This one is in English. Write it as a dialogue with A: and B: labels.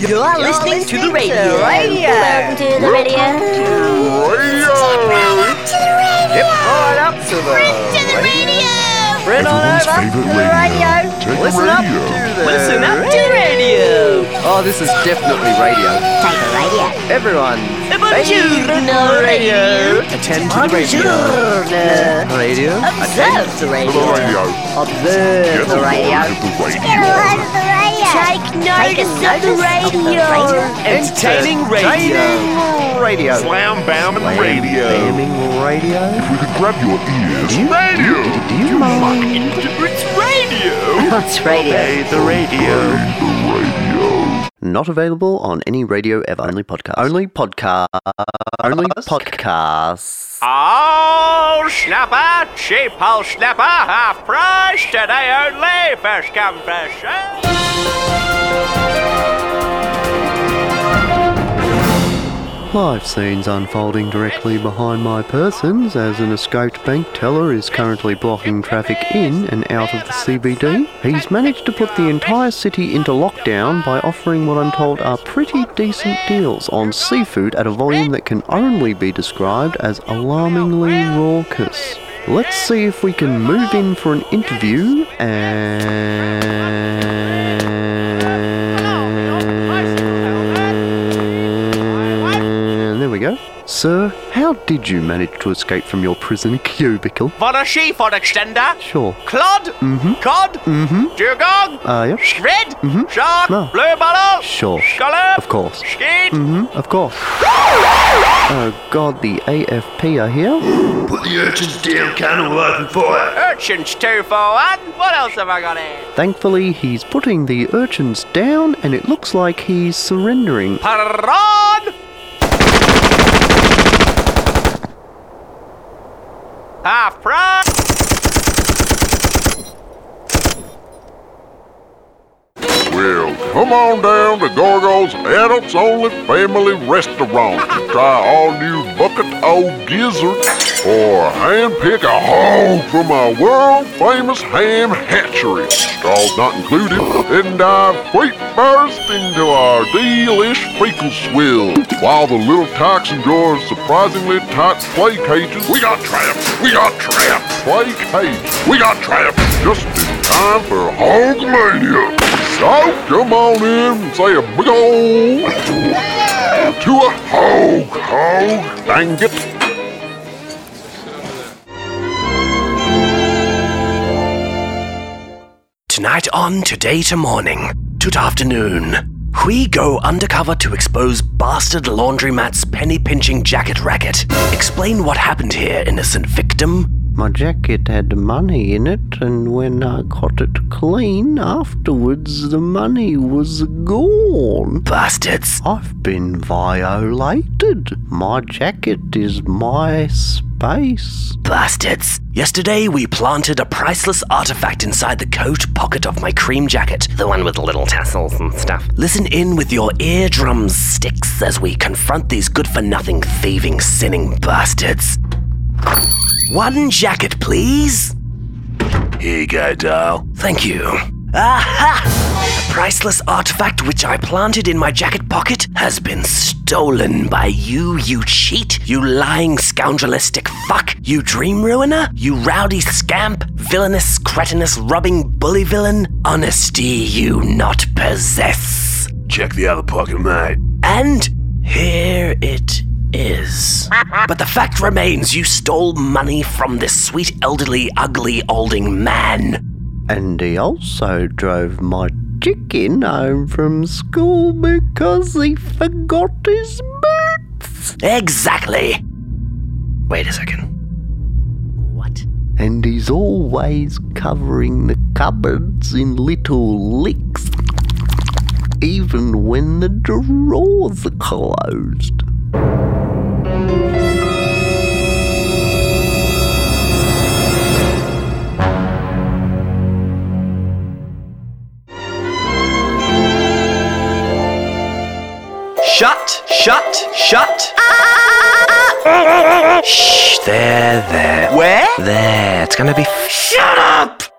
A: You're, listening, to the radio.
B: Welcome to the radio.
A: Yep, right up to the Print on
C: Everyone's
A: over
C: favorite
A: to the
C: radio.
A: radio.
C: Take the
A: Listen up
C: radio.
A: to the
D: Listen up to the radio.
A: Oh, this is definitely radio.
B: Take the radio.
A: Everyone,
D: Buongiorno radio.
A: attend to the radio. Radio.
B: Observe the radio.
C: The radio.
A: Observe
C: Get
A: the radio.
C: along with the radio.
B: Take notice of the radio.
D: Entertaining radio.
A: Entertaining radio.
C: Slam Bam and Radio.
A: Slamming radio.
C: If we could grab your ears. Radio. Do you mind? It's radio.
A: What's radio?
D: The radio.
A: Not available on any radio ever. Only podcast. Only podcast. Only podcasts.
D: All snapper, cheap old snapper, half price today only, first come, first served.
A: Life scenes unfolding directly behind my persons as an escaped bank teller is currently blocking traffic in and out of the CBD. He's managed to put the entire city into lockdown by offering what I'm told are pretty decent deals on seafood at a volume that can only be described as alarmingly raucous. Let's see if we can move in for an interview and there we go. Sir, how did you manage to escape from your prison cubicle?
D: What a she for extender.
A: Sure.
D: Clod,
A: Mm-hmm.
D: Cod, Dugong,
A: Uh, yep.
D: Shred, Shark,
A: No.
D: Blue Bottle,
A: Sure.
D: Scholar,
A: Of course.
D: Skeet,
A: hmm Of course. Oh god, the AFP are here.
E: Put the urchins down, cannibal open fire.
D: Urchins 241. What else have I got here?
A: Thankfully, he's putting the urchins down and it looks like he's surrendering.
D: Pardon! Half price.
C: Well, come on down to Gorgo's Adults Only Family Restaurant to try all new bucket o' gizzard or handpick a hog from our world famous ham hatchery. Stalls not included, and dive feet first into our delish fecal swill. While the little tykes enjoy surprisingly tight play cages, we got traps, we got traps, play cages, we got traps, just in time for Hogmania. So come on in and say a big ol' to a hog, hog, dang it.
F: Tonight on Today to Morning, Toot Afternoon, we go undercover to expose bastard laundromat's penny pinching jacket racket. Explain what happened here, innocent victim.
A: My jacket had money in it, and when I got it clean afterwards, the money was gone.
F: Bastards.
A: I've been violated. My jacket is my space.
F: Bastards. Yesterday, we planted a priceless artifact inside the coat pocket of my cream jacket, the one with little tassels and stuff. Listen in with your eardrum sticks as we confront these good for nothing, thieving, sinning bastards. One jacket, please. Here you go, doll. Thank you. Ah, Aha! The priceless artifact which I planted in my jacket pocket has been stolen by you, you cheat, you lying scoundrelistic fuck, you dream ruiner, you rowdy scamp, villainous, cretinous, rubbing bully villain. Honesty you not possess.
E: Check the other pocket, mate.
F: And here it is. But the fact remains you stole money from this sweet, elderly, ugly, olding man.
A: And he also drove my chicken home from school because he forgot his boots.
F: Exactly. Wait a second. What?
A: And he's always covering the cupboards in little licks, even when the drawers are closed.
F: Shut, shut, shut. Shh, there, there. Where? There. It's gonna be. Shut up!